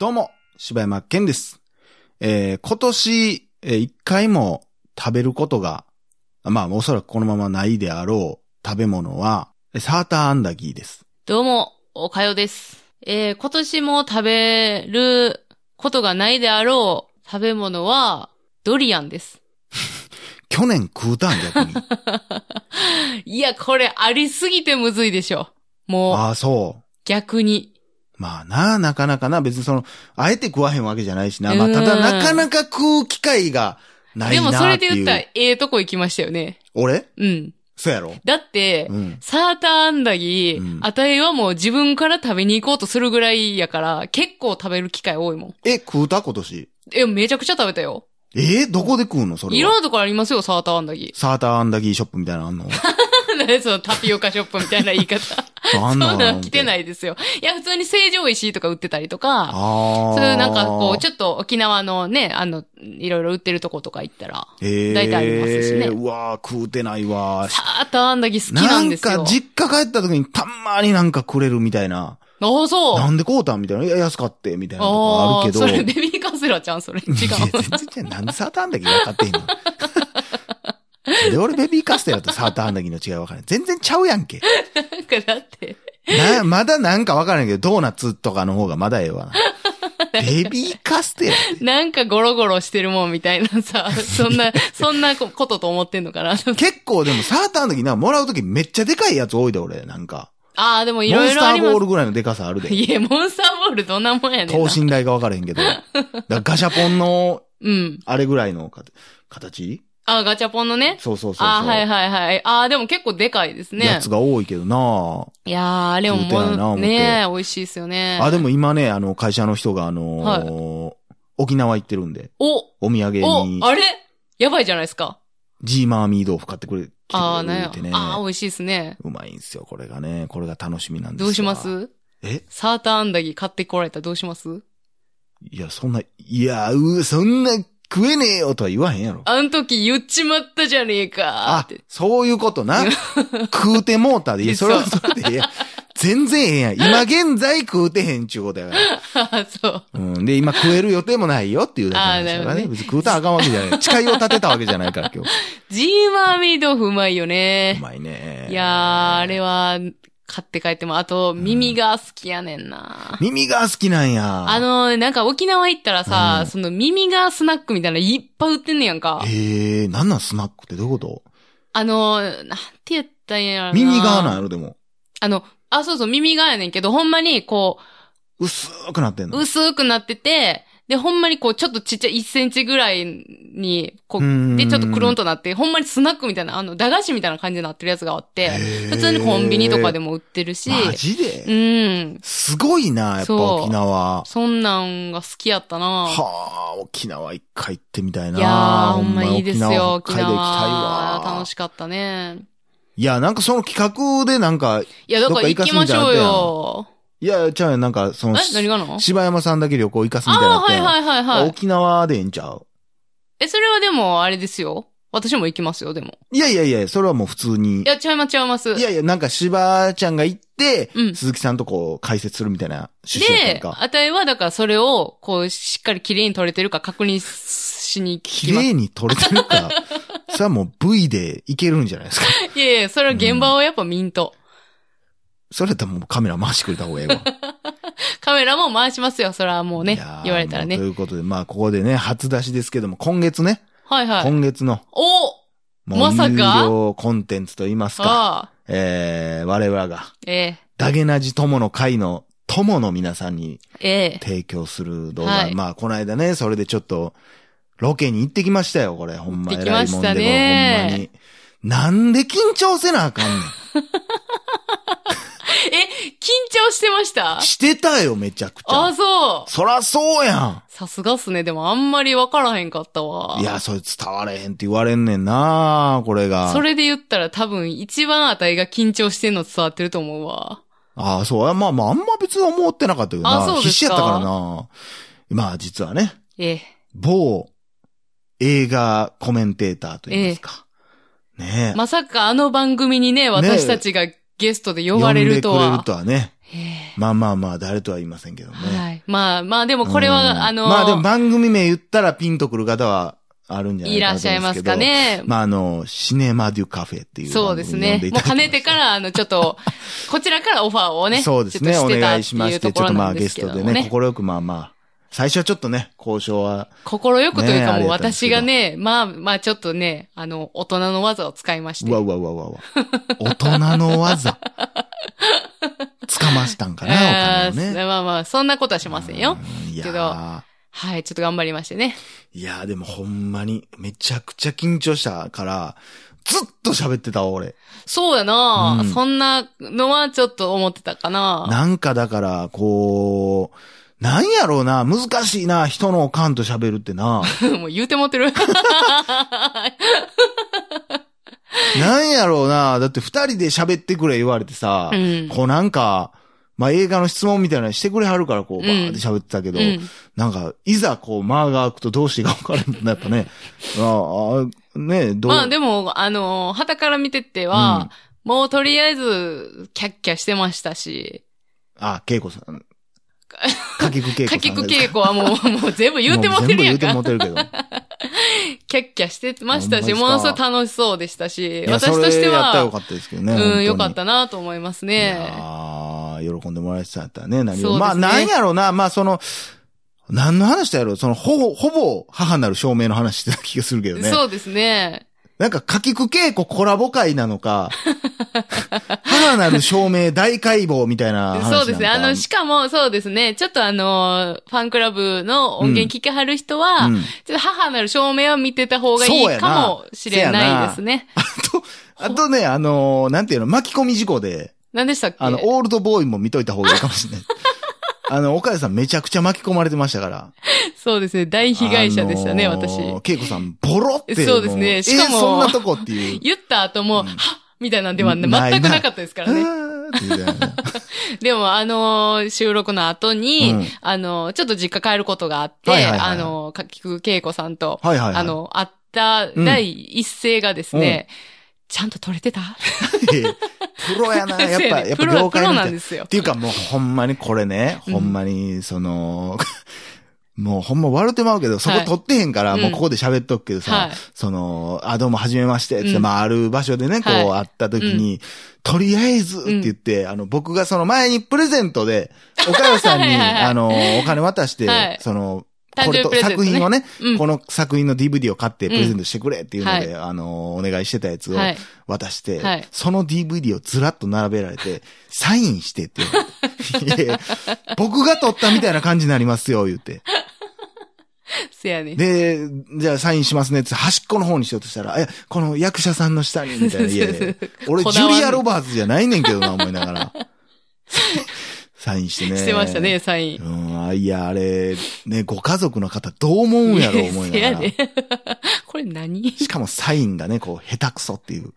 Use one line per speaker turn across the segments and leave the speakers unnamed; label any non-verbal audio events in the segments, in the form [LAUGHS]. どうも、柴山健です。えー、今年、えー一回も食べることが、まあ、おそらくこのままないであろう食べ物は、えサーターアンダギーです。
どうも、おかよです。えー、今年も食べることがないであろう食べ物は、ドリアンです。
去年食うたん逆
[LAUGHS]
に。
いや、これありすぎてむずいでしょ。もう、
ああ、そう。
逆に。
まあな、なかなかな、別にその、あえて食わへんわけじゃないしな。まあ、
うん
ただなかなか食う機会がない
でもそ
な
れ
って
で
いう。
言ったら、ええとこ行きましたよね。
俺
うん。
そうやろ
だって、
うん。
サーターアンダギー、
うん
あたいはもう自分から食べに行こうとするぐらいやから、結構食べる機会多いもん。
え、食うた今年。
え、めちゃくちゃ食べたよ。
えーどこで食うのそ
い
れ
ろん
は。
なところありますよ、サーターアンダギ
サーターアンダギーショップみたい
[LAUGHS]
なのあんの
ー。なんでそのタピオカショップみたいな言い方。
あ
そ
ん
ん
のか。
なの [LAUGHS] 来てないいですよ。いや、普通に成城石井とか売ってたりとか、
ああ。
そういうなんかこう、ち
ょっ
ょっと沖縄のね、あの、いろいろ売ってるとことか行ったら、
と、え
大体ありますしね
うわー食うてないわー。
サーターアンダギー好きなんですよ。
か、実家帰った時にたんまになんかくれるみたいな。
ああ、そう。
な
あ
んでこうたんみたいな。いや安かって、みたいなとこ
あ
ある
ー、
けど。
[LAUGHS] それベビーカステラちゃ
[LAUGHS]
ん、それ。違う。
いや全然違う。なんでサーターアンダギーが分かってんのなん [LAUGHS] で俺ベビーカステラとサーターアンダギーの違い分からん。全然ちゃうやんけ。
なんかだって、
な、まだなんか分からんけど、ドーナツとかの方がまだええわな。ベビーカステラって
なんかゴロゴロしてるもんみたいなさ、そんな、
[LAUGHS]
そんなことと思ってんのかな。
結構でもサーターアンダギーな、もらうときめっちゃでかいやつ多いで俺、なんか。
ああ、でもい
モ
ろ
ン
い
ス
ろ
タ
あ
ー
り
ボ
ま
ー
す
ル。ぐらいのでかさあるで。
いや、モンスターボールどんなもんやねん
等
な。
身大が分からへ
[LAUGHS]
んけど。だからガシャポンの、
うん。
あれぐらいのか形
ああ、ガチャポンのね。
そうそうそうそう。
ああ、はいはいはい。ああ、でも結構でかいですね。
やつが多いけどなぁ。
いやー、あれも
食うてないな
も
思
う
って
ね、美味しいですよね。
あ、でも今ね、あの、会社の人が、あのー沖縄行ってるんで、
お、
お土産に
お、、あれやばいじゃないですか。
ジーマーミー豆腐買ってくれ、来てく
あー、
れる
ね
ってね。。
あー、美味しいですね。
うまいんすよ、これがね。これが楽しみなんです
ど
わ
うします
え
サーターアンダギー買ってこられたらどうします
いや、そんな、いや、うーそんな食えねえよとは言わへんやろ。
あん時言っちまったじゃねえかっ
あ
て。、
そういうこと
[LAUGHS]
な。食うてもうたで、いや、それは
そ
それでええやん。全然ええやん。今現在食うてへんちゅうことやから。
あ、 [LAUGHS] そう。
うん。で、今食える予定もないよっていうだけなんです
あー
から
なるほど
ね。
ね
別に食うたらあかんわけじゃない。誓いを立てたわけじゃないから、
[LAUGHS]
今日。
ジーマーミー豆腐うまいよ
う
ね。
まいね。
いやー、あれは、買って帰っても、あと、耳が好きやねんな。
耳が好きなんや。
あ、の、なんか沖縄行ったらさ、
うん
その耳がスナックみたいなのいっぱい売ってんねやんか。
ええー、なんなんスナックってどういうこと
あの、なんて言ったんやろな。
耳側なんやろ、でも。
あの、あ、そうそう、耳側やねんけど、ほんまに、こ
薄くなってん
う、
の。
薄くなってて、で、ほんまにこう、ちょっとちっちゃい1センチぐらいに、こう、で、
で
ちょっとクロン
と。
となって、ほんまにスナックみたいな、あの、駄菓子みたいな感じになってるやつがあって、
へー
普通にコンビニとかでも売ってるし、
マ
う
ジで
ん、
すごいな、やっぱ
そう
沖縄。
そんなんが好きやったな
はあ、沖縄一回行ってみたいな。
いやー、ほんまいいですよ、
沖縄北
沖
海道行きたい
縄。
わ。
楽しかったね。
いや、なんかその企画でなんか、
いや、だから行きましょうよ。
いや、ちゃうやんなんかその、
え何がの
柴山さんだけ旅行行かすみたいな
ああ
っ
ー、
て
はいはいはいはい。
沖縄でええんちゃう
え、それはでも、あれですよ。私も行きますよ、でも。
いやいやいや、それはもう普通に。
いや、違います、違います。
いやいや、なんか、芝ちゃんが行って、
うん
鈴木さんとこう、解説するみたいな趣旨や
で
っ、たんか。
あたいは、だからそれを、こう、しっかり綺麗に撮れてるか確認しに
綺
来ます。
麗に撮れてる
[LAUGHS]
から、それはもう V でいけるんじゃないですか。
いやいや、それは現場をやっぱミント。
それやったらもうカメラ回してくれた方がええわ。
カメラも回しますよ、それはもう
い
ね
やー。
言われたら
も
ね
うと。いうことで、まあ、ここでね、初出しですけども、今月ね、
はいはい。
今月の、
お
もう
まさか
有料コンテンツといいますか、
ああ、
えー、我々が、
え
ダゲナジ友の会の友の皆さんに
え、ええ。
提供する動画。
はい
まあ、この間ね、それでちょっと、ロケに行ってきましたよ、これ。ほんま
行ってき
偉
ま
いも
し
んで、
た
これほんまに
ね。
なんで緊張せなあかんね
緊張してました
ん。してたよ、めちゃくち
ああ、
ゃ。
そう。
そらそうや
さすがっすね。でもあんまりわからへんかったわ。
ん。いや、それ伝われへんって言われんねんなこれが。
それで言ったら多分一番あたいが緊張してんの伝わってると思うわ。
ああ、そう。あまあまあ、あんま別に思ってなかったけど
あ
な
そうですか
必死やったからなまあ、実はね、
ええ。
某映画
[LAUGHS]
コメンテーターといいますか。ねえ。
まさかあの番組にね、私たちがゲストで呼ばれると
呼んでくれる
は。
とはね。
へえ
まあまあまあ、誰とは言いませんけどね。
はい。まあまあ、でもこれ
うん
は、あの、
まあでも番組名言ったらピンとくる方はあるんじゃない
い
から
っしゃいますか。ね。
まああの、シネマデュカフェっていう
そ
番
うで
組
す
に呼ん
ね
でい。た
も
だきました。
うかねてから、あの、ちょっと、こちらからオファーをね。
そうですね。
ちょ
お
っとしてた
願
っ
い
て
しま
い
し
うと
て、ち
こ
ょっ
ろ
とま
な
あ
んで
ゲ
す
ス
けど
ト
も
で
ね
ね、心よくまあまあ、最初はちょっとね、交渉は、
心よくという
ね
かもう
あれだったんですけ
私
ど
がね、まあまあちょっとね、あの、大人の技を使いまして。
うわうわうわうわうわ。 [LAUGHS] 大人の技。捕ましたんかな、お金
あ
を
ー
ね。
まあまあ、そんなことはしませんよ。
うん。いや
け
ー
どはい、ちょっと頑張りましてね。
いやーでもほんまに、めちゃくちゃ緊張したから、ずっと喋ってた俺。
そうやな、
うん
そんなのはちょっと思ってたかな。
なんかだから、こう、なんやろうな、難しいな、人のおかんと喋るって
[LAUGHS]
な。
もう言うて
[LAUGHS]
もってる。
なんやろうな、だって二人で喋ってくれ言われてさ、
うん
こうなんか、まあ、映画の質問みたいなのしてくれはるから、こう、
う
バ
ん
ーって喋ってたけど、
うん
なんか、いざこう、間が空くとどうしていいか分からんくなった
[LAUGHS]
ね。ああ、ねどう、
まあでも、あの、旗から見てっては、もうとりあえず、キャッキャしてましたし、
あ、恵子さん。かきくけいこさ
[LAUGHS] か
ん。
きくけいこはもう、 [LAUGHS] もう全部言うてもってるやんか。
もう全部言うてもってる
キャッキャしてましたし、
ほん
も
ま
の
ですすか
ごい楽しそうでしたし
け、ど。
[LAUGHS]
いや
私と
そ
して
れやったらよ
は、
かったですけどね。本当
うん、
に
よかったなと思いますね。
ああ、喜んでもらえてたんやったらね、何
そう
を。
ですね
まあ、なんやろうな、まあ、その、何の話だやろう、その、ほぼ、ほぼ、母なる証明の話してた気がするけどね。
そうですね。
なんか、かきくけいこコラボ会なのか、母なる証明大解剖みたいな話なのか。
そうですね。あの、しかも、そうですね。ちょっとあの、ファンクラブの音源聞きはる人は、
うん
ちょっと母なる証明は見てた方がい
そう
い
やな
かもしれないですね。
あとね、あのーなんていうの、巻き込み事故で、
何でしたっけ
あの、オールドボーイも見といた方がいいかもしれない。 [LAUGHS] あの、岡谷さんめちゃくちゃ巻き込まれてましたから。
そうですね。大被害者でしたね、
あのー
私。。
恵子さん、ボロって。
そうですね
もう
しかも
えーそんなとこっていう。
言った後も、
うん
はっみたいなんでは全く
ないな
なかったですからね。
あーって言うてたよね
でも、あのー収録の後に、
うん
あのーちょっと実家帰ることがあって、
はいはいはい
あのー、かきくけいこさんと、
はいはいはい。[LAUGHS]
あの、会った第一声がですね、ちゃんと撮れてた
いや、プロやな、やっ
[LAUGHS] そう
ぱ、や
ね
っぱ
プロ
業界
プロ
み
な
たい。
んで
っ
すよ。
ていうかもうほんまにこれね、
うん
ほんまに、その、 [LAUGHS] もうほんま笑うてまうけど、そこ取ってへんから、
はい
もうここで喋っとくけどさ、
はい
その、あ、どうも、はじめまして、って
うん
まあ、ある場所でね、こう、
は
会った時に、とりあえずって言って、あの、僕がその前にプレゼントで、お母さんに、
[LAUGHS] はいはいはい
あの、お金渡して、
はい
その、
誕
こ
生
れ
日
と
プレゼント、ね。
作品をね、
うん
この作品の DVD を買ってプレゼントしてくれっていうので、
うん
あの、お願いしてたやつを
はい
渡して、
はい
その DVD をずらっと並べられて、サインしてって言われて [LAUGHS] いやいや僕が撮ったみたいな感じになりますよ、言って。
せやね。
で、じゃあサインしますねって端っこの方にしようとしたら、え、この役者さんの下に、み
[LAUGHS]
たいな。いやいや俺、
こ
ジ
だわ
ュ
る
リア・ロバーツじゃないねんけどな、思いながら。
[LAUGHS]
サインしてね。
してましたね、サイン。
うん、あいや、あれ、ね、ご家族の方どう思うんやろ、思い
せ
な
や
がら
ね。。 [LAUGHS] これ何
しかもサインがね、こう、下手くそって
[LAUGHS]
いう。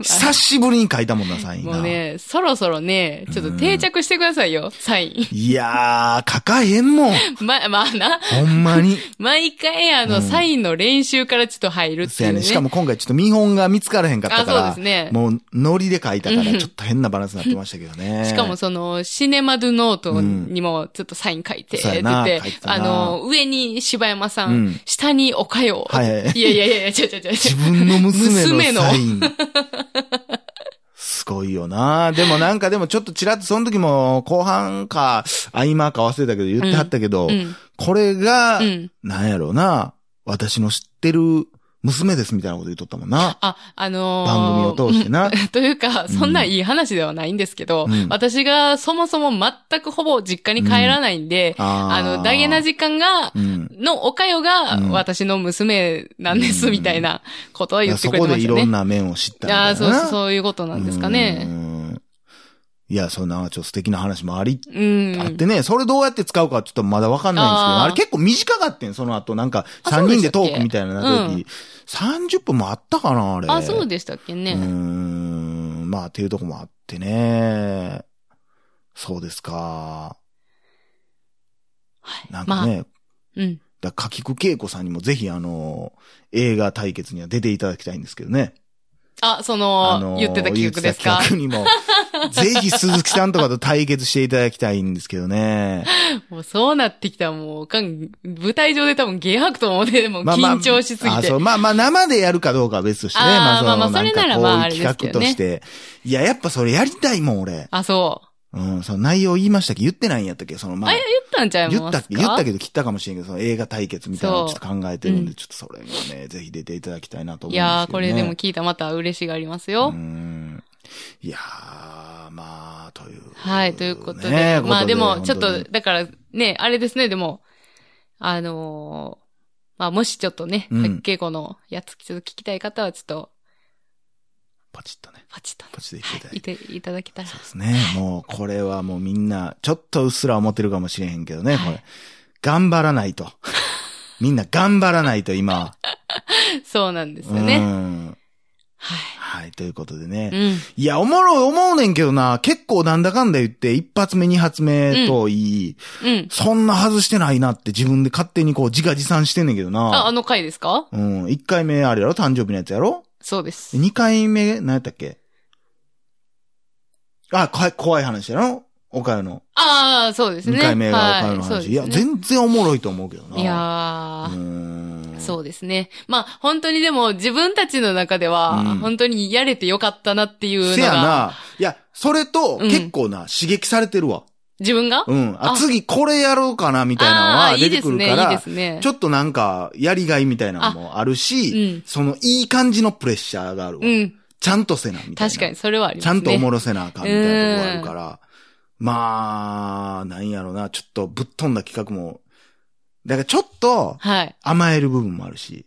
久しぶりに書いたもんな、サイン
もう
が。
ね、そろそろね、ちょっと定着してくださいよ、サイ
いやー、書かへんもん。
ン。 [LAUGHS] ま、まあな、
ほんま
[LAUGHS]
に。
毎回あの、
うん
サインの練習からちょっと入るって
そ
いう
や
う
ね。
ね。
しかも今回ちょっと見本が見つからへんかったか
あ
ら、
そうですね
もうノリで書いた
[LAUGHS]
から、
うん
ちょっと変なバランスになってましたけどね。
しかもその、シネマドゥノートにもちょっとサイン書いて、って
そうや
言っ
な
て
書いて、たな
あの、上に柴山さ
うんん、
下におかよ。
はいはい
いやいやいやいや、ちょちょちょ。
自分の娘
娘の
のサイン。すごいよなでもなんかでもちょっとちらっとその時も後半か、合間か忘れたけど言ってはったけど、
うん。
これが、
うん。
なんやろうな、私の知ってる娘ですみたいなこと言っとったもんな。
あ、あのー
番組を通してな。
というか、そんないい話ではないんですけど、
うん
私がそもそも全くほぼ実家に帰らないんで、 [LAUGHS] あ
あー
の、ダゲな時間が、
うん。
のおかよが
うん
私の娘なんです、
うん
みたいなことは言って
そ
くれて
こ
ま
でい
した
ろん
ね。
な面を知ったみたいな。
ああー、そうそう、そういうことなんですか
う
ね。
ん。いや、そんな、ちょっと素敵な話もあり、
うん。
あってね、それどうやって使うかちょっとまだわかんないんですけど、
あー
あれ結構短かったんその後、なんか、
あそ
3
うで
人
したっ
で
け
トークみたいなの時、30分もあったかな、あれ。
あ、そうでしたっけ
うー
ね。
ん、まあ、っていうとこもあってね。そうですか。
はい
なん
ま
か
あ、
ね、
うん。
だかきくけいこさんにもぜひ、あの、映画対決には出ていただきたいんですけどね。
あ、その、
ー
言ってた企画です
言
か
ってた企画にも
[LAUGHS]
ぜひ鈴木さんとかと対決していただきたいんですけどね。
もうそうなってきたらもうおかん、舞台上で多分ゲ吐くと思うね。でも緊張しすぎ
あ
て。
そう、まあまあ生でやるかどうかは別としてね。
あー
そ
まあまあそれなら
んかこう
まああれですけ
企画と
どね
して。いや、やっぱそれやりたいもん、俺。
あ、そう。
うん、その内容言いましたっけ言ってないんやったっけその、まあ
あ、、言ったんちゃいま
言
すか
ったっけ言ったけど切ったかもしれんけど、その映画対決みたいなのをちょっと考えてるん
そうう
で、
ん
ちょっとそれがね、ぜひ出ていただきたいなと思うんですけど、ね。
いやー、これでも聞いたらまた嬉しがありますよ。
うんいやー、まあ、という、
はい、ということで。
ね
まあでも、
こと
ちょ
本
っ
当
と、
に
だからね、あれですね、でも、あのーまあもしちょっとね、
うん
卓球子のやつ、ちょっと聞きたい方は、ちょっと、
パチッとね、
パチッとね、
パチッと言っていただ
はいい、い
て。
ていただけたら
そう。ですね。もう、これはもうみんな、ちょっとうっすら思ってるかもしれへんけどね、こ
は
れ。頑張らない
[LAUGHS]
と。みんな頑張らないと、今は。
そうなんですよ
う
ね。
ん
は
はい、ということでね。
い。うん。
いや、おもろい思うねんけどな、結構なんだかんだ言って、一発目、二発目といい、
うん。
そんな外してないなって自分で勝手にこう、自画自賛してんねんけど
あ、あ
な。
の回ですか
うん。一回目あれやろ誕生日のやつやろ
そうです。
二回目、何やったっけあ、か怖い話やろおかよの。
ああ、そうですね。
二回目がおかよの話。
はいい、
や、
然。
全然おもろいと思うけどな。
いや
う
ー
ーん。
そうですね。まあ、本当にでも自分たちの中では、
うん
本当にやれてよかったなっていうのが。
せやな。いや、それと、
うん
結構な、刺激されてるわ。
自分が
うん。あ、
あ
次これやろうかな、みたいなの
ああ
は
ーい
出
い
て
で
く
す
る
ね、い
か
いで
ら
す、ね。
ちょっとなんか、やりがいみたいなのもあるし、
うん。
その、いい感じのプレッシャーがあるわ。
うん。
ちゃんとせな、みたいな。
確かに、それはあります
ちゃ
ね。
んとおもろせなあかんみたいなとこがあるから。まあ、なんやろな、ちょっとぶっ飛んだ企画も。だからちょっと
はい。
甘える部分もあるし。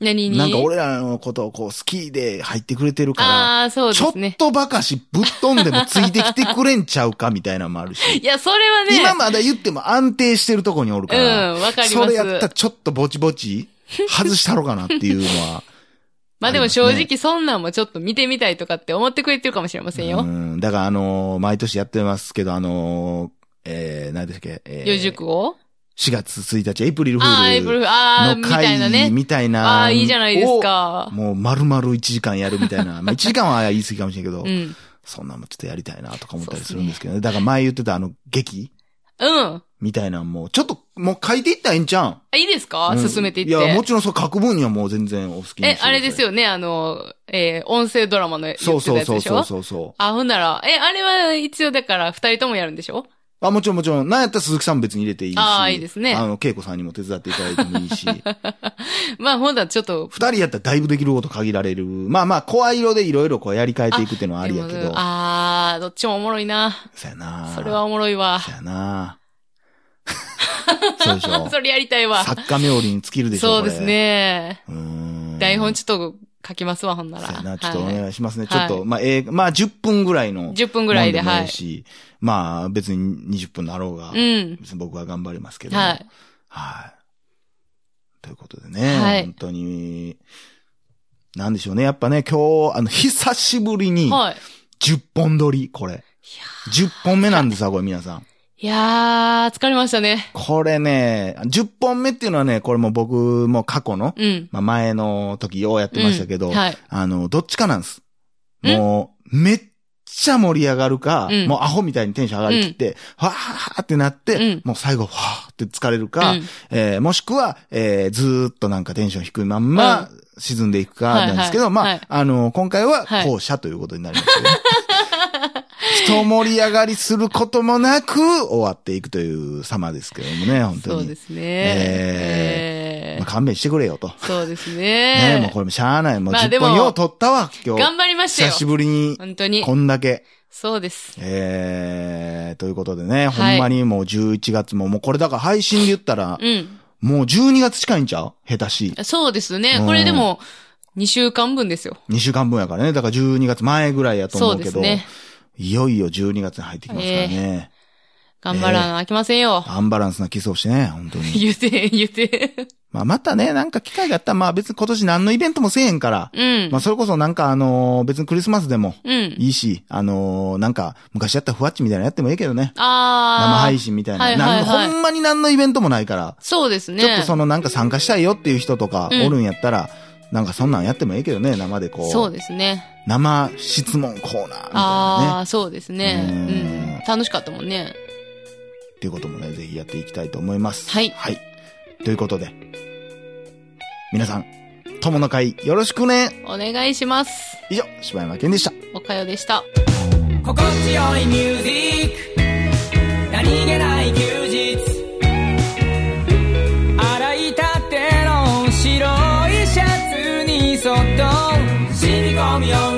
何に
なんか俺らのことをこう好きで入ってくれてるか
ああ、そう
ら、
で
ちょっ
すね。
とばかしぶっ飛んでもついてきてくれんちゃうかみたいなのもあるし。
いや、それは [LAUGHS] ね、
今まだ言っても安定してるとこにおるから。
うん、わかります。
それやったらちょっとぼちぼち外したろかなっていうのは。
まあで
ありま
も
すね
正直そんなんもちょっと見てみたいとかって思ってくれてるかもしれ [LAUGHS] ませんよ。
うん。だから、あのー毎年やってますけど、あのーえー、何でしたっけ、えー
四塾を
4月1日、エイプリルフ
ああ、エイ
ー
プル
ル
フ、ああ、み
の
たいな
会
ね。
みたいな。
ああ、いいじゃないです。か。
もう丸々1時間やるみたいな。まあ1時間は言い過ぎかもしれんけ
[LAUGHS]
ど、
うん。
そんなんもちょっとやりたいなとか思ったりするんですけどね。だから前言ってたあの劇
うん。
みたいなんも、ちょっともう書いていったらいいんちゃうん
あいいですか
うん
進めていっ
いや、も
て。
ちろんそう書く分にはもう全然お好きにしてくだ
え、
さい
あれですよね、あの、えー音声ドラマの言ってた
そ
や
う
つ
そ
でしょ
うそうそうそうそう。
あ、ほんなら、え、あれは一応だから二人ともやるんでしょ
あ、もちろんもちろん。なんやったら鈴木さんも別に入れていいし。
あーいいですね
あの、恵子さんにも手伝っていただいてもい
[LAUGHS]
いし。
まあほんならちょっと、
二人やったらだいぶできること限られる。まあまあ、声色でいろいろこうやり変えていくっていうのはありやけ
で
ど
も。あー、どっちもおもろいな。
そやな
それは。おもろいわ。。
そやなそうでしょ
[LAUGHS] それやりたいわ。
作家冥利に尽きるでしょ。
そう
これ
です。ね。
うーん。
台本ちょっと書きますわ、ほんなら。
そうやな、ちょっとお
は
願いしますね。
はい
ちょっと、まあ、えーまあ、10分ぐらいの。
い10分ぐらいで、
もんも
はいい。
し、まあ、別に20分だろうが。
うん。
別に僕は頑張りますけど。
はい。。
はい。ということでね、
はい
本当に、なんでしょうね。やっぱね、今日、あの、久しぶりに、
はい。
10本撮り、これ。10本目なんです
[LAUGHS]
わ、これ皆さん。
いやー、疲れましたね。
これね、10本目っていうのはね、これも僕も過去の、
うん。
まあ前の時ようやってましたけど、
うんはい。
あの、どっちかなんです。もう、めっちゃ盛り上がるか、
うん
もうアホみたいにテンション上がりきって、わーってなって、
うん
もう最後、わーって疲れるか、
うん
えーもしくは、えーずーっとなんかテンション低いまんま、沈んでいくか、なんですけど、
はいはい
まあ、
はい
あの、今回は
はい
後者ということになりますけど、ね人盛り上がりすることもなく、終わっていくという様ですけどもね、本当に。
そうですね。
え
え
まあ、勘弁してくれよと。
ーそうです
ね
ね。
もうこれもしゃあない。もう
まあ
10
でも
本よう取ったわ、今日。
頑張りました
久
よ。
しぶりに、
本当に。
こんだけ。
そうです。
えー、ということでね、
はい
ほんまにもう11月も、もうこれだから配信で言ったら、
うん。
もう12月近いんちゃう下手し。
そうですね
う。ん
これでも、2週間分ですよ。
2週間分やからね。だから12月前ぐらいやと
そ
思
う
う
で
け
す
ど、
ね。
いよいよ12月に入ってきますからね。
頑張らなあきませんよ。
アンバランスなキスをしてね、本当に。
言うて、言うて。
まあまたね、なんか機会があったら、まあ別に今年何のイベントもせえへんから、
うん。
まあそれこそなんかあのー別にクリスマスでも
うん。
いいし、あのーなんか昔やったふわっちみたいなのやってもいいけどね。生
あー。
配信みたいな。
はいはいはい
なんほんまに何のイベントもないから、
そうですね。
ちょっとそのなんか参加したいよっていう人とか
うん
おるんやったら、なんかそんなんやってもええけどね、生でこう。
そうですね。
生質問コーナーみたい
あ
な
あ、
ね。
そうです
うん
ね。うん。楽しかったもんね。
っていうこともね、ぜひやっていきたいと思います。
はい
はい。ということで、皆さん、友の会よろしくね
お願いします。
以上、柴山健でした。
おかよでした。
心地よいミュージック何気ない休日洗いたての白いシャツにそっと染み込むよう